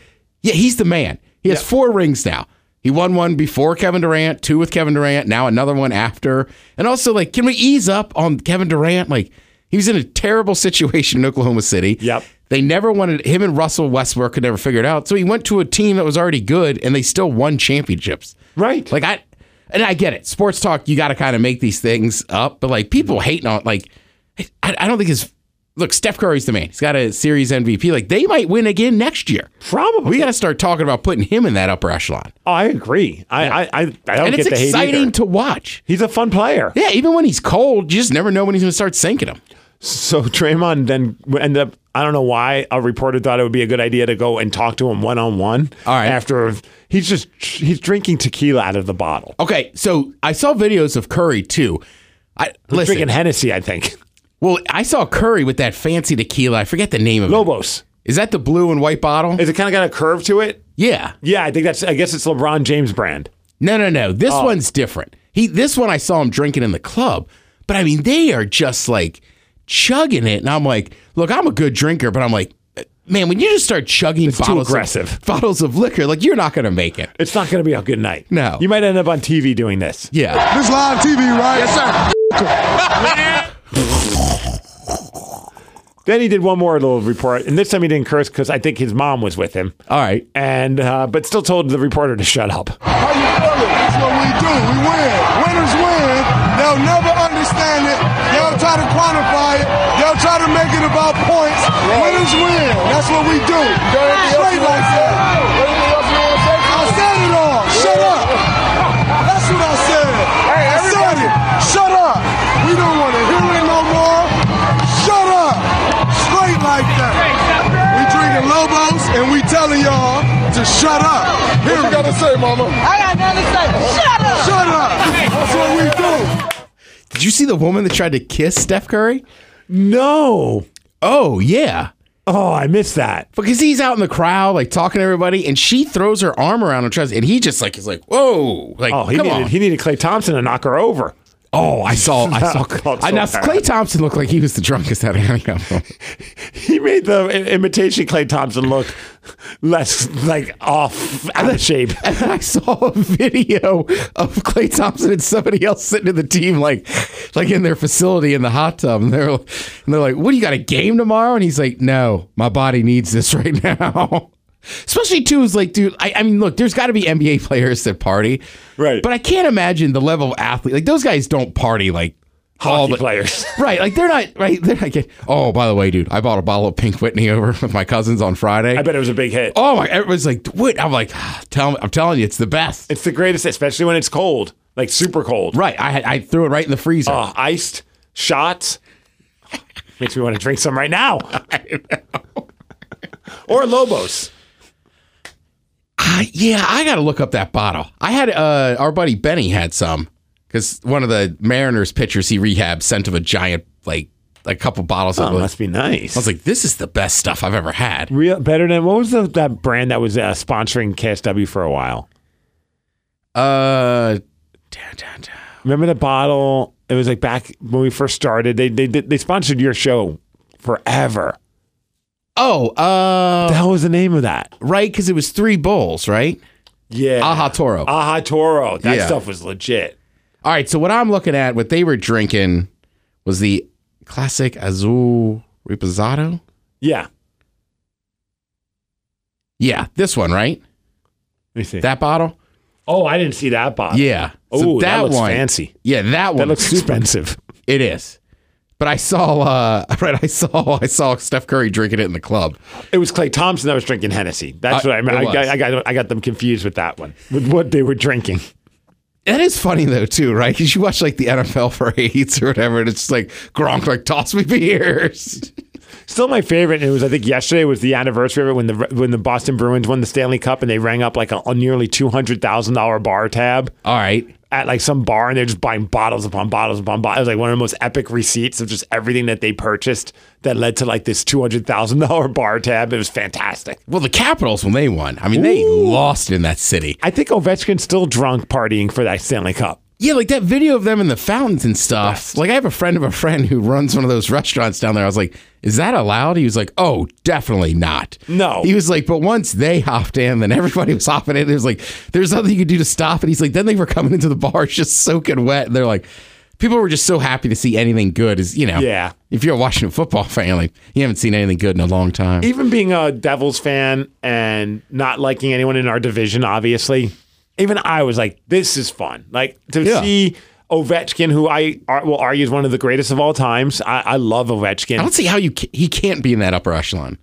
yeah, he's the man. He has four rings now. He won one before Kevin Durant, two with Kevin Durant, now another one after. And also, like, can we ease up on Kevin Durant? Like, he was in a terrible situation in Oklahoma City.
Yep.
They never wanted him and Russell Westbrook could never figure it out. So he went to a team that was already good, and they still won championships.
Right.
Like I, and I get it. Sports talk, you got to kind of make these things up, but like people hating on like, I, I don't think it's look. Steph Curry's the man. He's got a Series MVP. Like they might win again next year.
Probably.
We got to start talking about putting him in that upper echelon.
Oh, I agree. I I, I, I don't
and
get
it's
the hate either.
exciting to watch.
He's a fun player.
Yeah, even when he's cold, you just never know when he's going to start sinking him.
So Draymond then ended up. I don't know why a reporter thought it would be a good idea to go and talk to him one on one.
All right.
After he's just he's drinking tequila out of the bottle.
Okay, so I saw videos of Curry too. I listen.
Drinking Hennessy, I think.
Well, I saw Curry with that fancy tequila. I forget the name of it.
Lobos.
Is that the blue and white bottle?
Is it kind of got a curve to it?
yeah.
Yeah, I think that's. I guess it's LeBron James brand.
No, no, no. This
Oh.
one's different. He this one I saw him drinking in the club, but I mean they are just like chugging it, and I'm like, look, I'm a good drinker, but I'm like, man, when you just start chugging
too
bottles
aggressive.
of, bottles of liquor, like you're not gonna make it.
It's not going to be a good night.
No.
you might end up on TV doing this.
Yeah.
This live TV, right? Yes, sir.
Then he did one more little report, and this time he didn't curse because I think his mom was with him,
All right.
and uh, but still told the reporter to shut up.
How you feeling? That's what we do. We win. Winners win. They'll never understand it. They'll try to quantify it. They'll try to make it about points. Winners win. That's what we do. Straight like that. I said it all. Shut up. That's what I said. I said it. Shut up. We don't want to hear it no more. Shut up. Straight like that. We drinking Lobos and we telling y'all to shut up. Here what you gotta say, mama?
I got nothing to say. Shut up!
Shut up! That's what we do.
Did you see the woman that tried to kiss Steph Curry?
No,
Oh yeah.
oh, I missed that.
Because he's out in the crowd, like talking to everybody, and she throws her arm around him, tries, and he just like is like, "Whoa!" Like,
Oh, he
come
needed
on.
he needed Clay Thompson to knock her over.
oh, I saw, I saw.
God,
I, now,
so bad.
Clay Thompson looked like he was the drunkest out of any of them.
He made the i- imitation Clay Thompson look less like off out of shape.
And then I saw a video of Clay Thompson and somebody else sitting in the team, like, like in their facility in the hot tub. And they're, and they're like, "What do you got a game tomorrow?" And he's like, "No, my body needs this right now." Especially too is like, dude. I, I mean, look, there's got to be NBA players that party,
Right.
But I can't imagine the level of athlete. Like those guys don't party like all
Hockey
the
players.
right? Like they're not right. They're not getting. Oh, by the way, dude, I bought a bottle of Pink Whitney over with my cousins on Friday.
I bet it was a big hit.
Oh my! Everybody's like, "What?" I'm like, "Ah, "Tell me, I'm telling you, it's the best."
It's the greatest, especially when it's cold, like super cold.
Right. I had- I threw it right in the freezer.
Uh, iced shots makes me want to drink some right now. or Lobos.
I- yeah, I got to look up that bottle. I had uh, our buddy Benny had some because one of the Mariners pitchers he rehabbed sent him a giant like a couple bottles of.
Oh,
it.
must be nice.
I was like, "This is the best stuff I've ever had."
Real better than what was the, that brand that was uh, sponsoring KSW for a while?
Uh, da- da- da.
Remember the bottle? It was like back when we first started. They they did- they sponsored your show forever.
oh, uh,
The hell was the name of that?
right, because it was three bowls, right?
Yeah,
Aha Toro.
Aha Toro. That
Yeah.
stuff was legit.
All right, so what I'm looking at, what they were drinking, was the classic Azul Reposado.
Yeah. Let
Yeah, this one, right?
me see.
That bottle?
oh, I didn't see that bottle.
Yeah.
Oh, that, looks fancy.
Yeah, that one.
That looks expensive.
It is. But I saw, uh, right, I saw, I saw Steph Curry drinking it in the club.
It was Clay Thompson that was drinking Hennessy. That's
Uh,
what I mean.
it
I,
was.
got- I got I got them confused with that one, with what they were drinking.
That is funny though, too, right? Because you watch like the NFL parades or whatever, and it's just like Gronk like toss me beers.
Still, my favorite. and It was I think yesterday was the anniversary of it when the when the Boston Bruins won the Stanley Cup and they rang up like a, a nearly two hundred thousand dollar bar tab.
All right.
at like some bar and they're just buying bottles upon bottles upon bottles. It was like one of the most epic receipts of just everything that they purchased that led to like this two hundred thousand dollar bar tab. It was fantastic.
Well, the Capitals when they won, I mean, they lost in that city.
I think Ovechkin's still drunk partying for that Stanley Cup.
Yeah, like that video of them in the fountains and stuff. Like I have a friend of a friend who runs one of those restaurants down there. I was like, "Is that allowed?" He was like, "Oh, definitely not."
No.
He was like, "But once they hopped in, then everybody was hopping in. It was like there's nothing you could do to stop it." He's like, "Then they were coming into the bar just soaking wet." And they're like, "People were just so happy to see anything good." Is you know,
Yeah.
If you're a Washington football fan, like you haven't seen anything good in a long time.
Even being a Devils fan and not liking anyone in our division, obviously, even I was like, this is fun. Like to
Yeah.
see Ovechkin, who I ar- will argue is one of the greatest of all times. I, I love Ovechkin.
I don't see how you ca- he can't be in that upper echelon.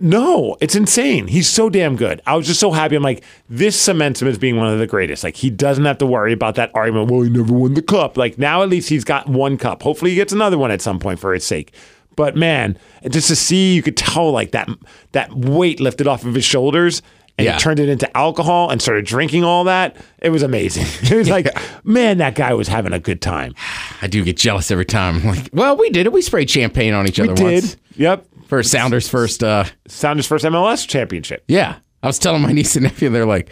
No, it's insane. He's so damn good. I was just so happy. I'm like, this cements him as being one of the greatest. Like, he doesn't have to worry about that argument. Well, he never won the cup. Like, now at least he's got one cup. Hopefully, he gets another one at some point for his sake. But man, just to see, you could tell like that that weight lifted off of his shoulders, and
Yeah.
he turned it into alcohol and started drinking all that. It was amazing. It was like, man, that guy was having a good time.
I do get jealous every time. Like, well, we did it. We sprayed champagne on each
We
other
did.
once.
Yep.
for Sounders first. Uh,
Sound his first MLS championship.
yeah, I was telling my niece and nephew, they're like,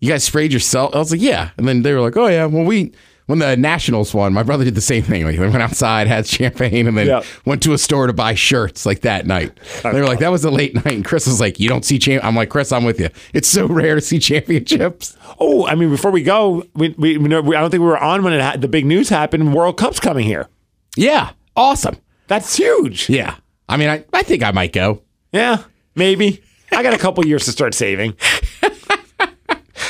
"You guys sprayed yourself?" I was like, "Yeah," and then they were like, "Oh yeah." Well, we when the Nationals won, my brother did the same thing. Like, they went outside, had champagne, and then
Yeah.
went to a store to buy shirts. Like that night, they were like, "That was a late night." And Chris was like, "You don't see champ." I'm like, "Chris, I'm with you. It's so rare to see championships."
Oh, I mean, before we go, we, we, we, know- we I don't think we were on when it ha- the big news happened. World Cup's coming here.
Yeah, awesome.
That's huge.
Yeah, I mean, I, I think I might go.
Yeah, maybe. I got a couple years to start saving.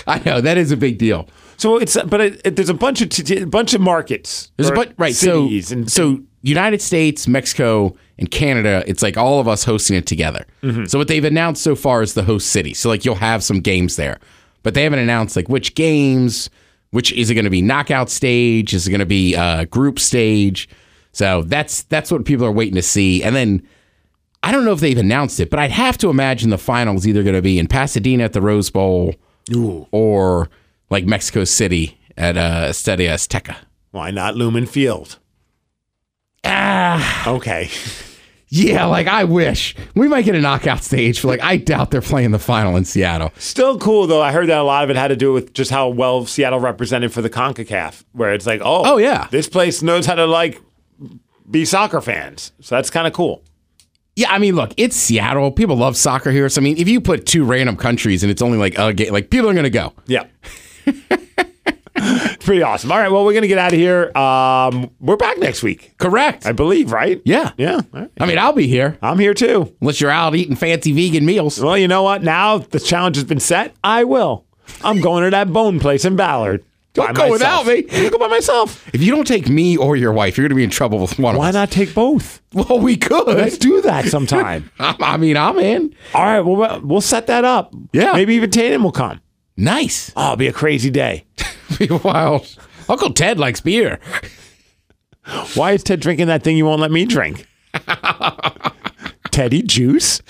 I know that is a big deal.
So it's but it, it- there's a bunch of t- t- bunch of markets.
There's a
or
but right so
cities and
so United States, Mexico, and Canada. It's like all of us hosting it together.
Mm-hmm.
So what they've announced so far is the host city. So like you'll have some games there, but they haven't announced like which games. Which is it going to be knockout stage? Is it going to be uh, group stage? So that's that's what people are waiting to see. And then I don't know if they've announced it, but I'd have to imagine the finals either going to be in Pasadena at the Rose Bowl or like Mexico City at uh, Estadio Azteca.
why not Lumen Field? Ah, okay.
Yeah, like I wish we might get a knockout stage, but like I doubt they're playing the final in Seattle.
Still cool though. I heard that a lot of it had to do with just how well Seattle represented for the Concacaf, where it's like, oh,
Oh, yeah.
this place knows how to like be soccer fans. So that's kind of cool.
Yeah, I mean, look, it's Seattle. People love soccer here. So I mean, if you put two random countries and it's only like a game, like people are gonna go.
Yeah. It's pretty awesome. All right. Well, we're going to get out of here. Um, we're back next week,
Correct.
I believe, right?
Yeah.
Yeah. All right.
I mean, I'll be here
I'm here too.
unless you're out eating fancy vegan meals.
Well, you know what? Now the challenge has been set. I will. I'm going to that bone place in Ballard.
Don't go without me.
i go by myself.
If you don't take me or your wife, you're gonna be in trouble with one
Why
of us.
not take both?
Well, we could.
Let's do that sometime.
I, I mean, I'm in.
All right. Well, we'll- we'll set that up.
Yeah.
Maybe even Tatum will come.
Nice.
Oh, it'll be a crazy day.
Be wild. Uncle Ted likes beer.
Why is Ted drinking that thing you won't let me drink? Teddy juice?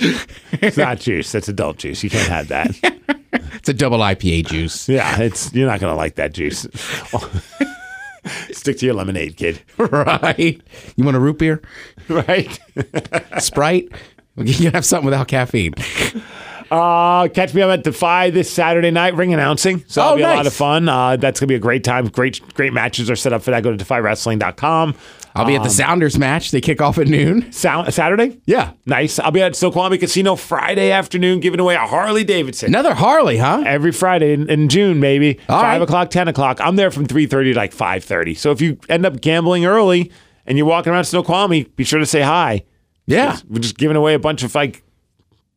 It's not juice. That's adult juice. You can't have that.
It's a double IPA juice.
Yeah, it's you're not gonna like that juice. Stick to your lemonade, kid.
right. You want a root beer?
Right.
Sprite. You can have something without caffeine.
Uh, catch me up at Defy this Saturday night, ring announcing. So
Oh,
it'll be a lot
nice.
of fun. Uh, that's gonna be a great time. Great, great matches are set up for that. Go to defywrestling.com.
I'll be at the Sounders match. They kick off at noon.
Sound Saturday.
Yeah.
Nice. I'll be at Snoqualmie Casino Friday afternoon, giving away a Harley Davidson.
Another Harley, huh?
Every Friday in, in June, maybe
All
five
right.
o'clock, ten o'clock. I'm there from three thirty to like five thirty. So if you end up gambling early and you're walking around Snoqualmie, be sure to say hi.
Yeah.
We're just giving away a bunch of like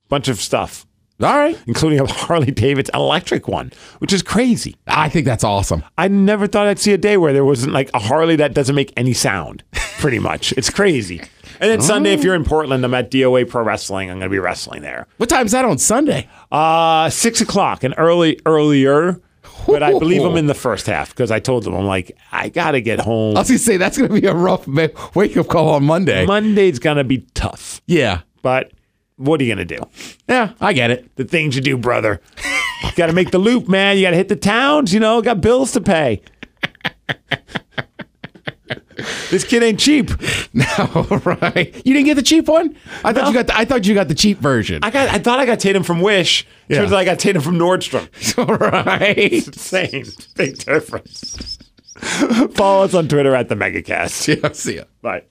bunch of stuff,
All right.
including a Harley Davidson electric one, which is crazy.
I think that's awesome.
I never thought I'd see a day where there wasn't like a Harley that doesn't make any sound. pretty much. It's crazy. And then Sunday,
Oh.
if you're in Portland, I'm at DOA Pro Wrestling. I'm going to be wrestling there.
What time's that on Sunday?
Uh, six o'clock, an early earlier. But I believe I'm in the first half because I told them I'm like I gotta get home.
I was gonna say that's gonna be a rough ma- wake up call on Monday.
Monday's gonna be tough,
yeah,
but what are you gonna do?
yeah, I get it.
The things you do, brother. you gotta make the loop, man. You gotta hit the towns. You know, got bills to pay. this kid ain't cheap.
All right, you didn't get the cheap one. I thought you got. The, I thought you got the cheap version.
I got. I thought I got Tatum from Wish.
Yeah.
Turns out I got Tatum from Nordstrom.
All right.
Same big difference. Follow us on Twitter at the MegaCast.
Yeah, see ya.
Bye.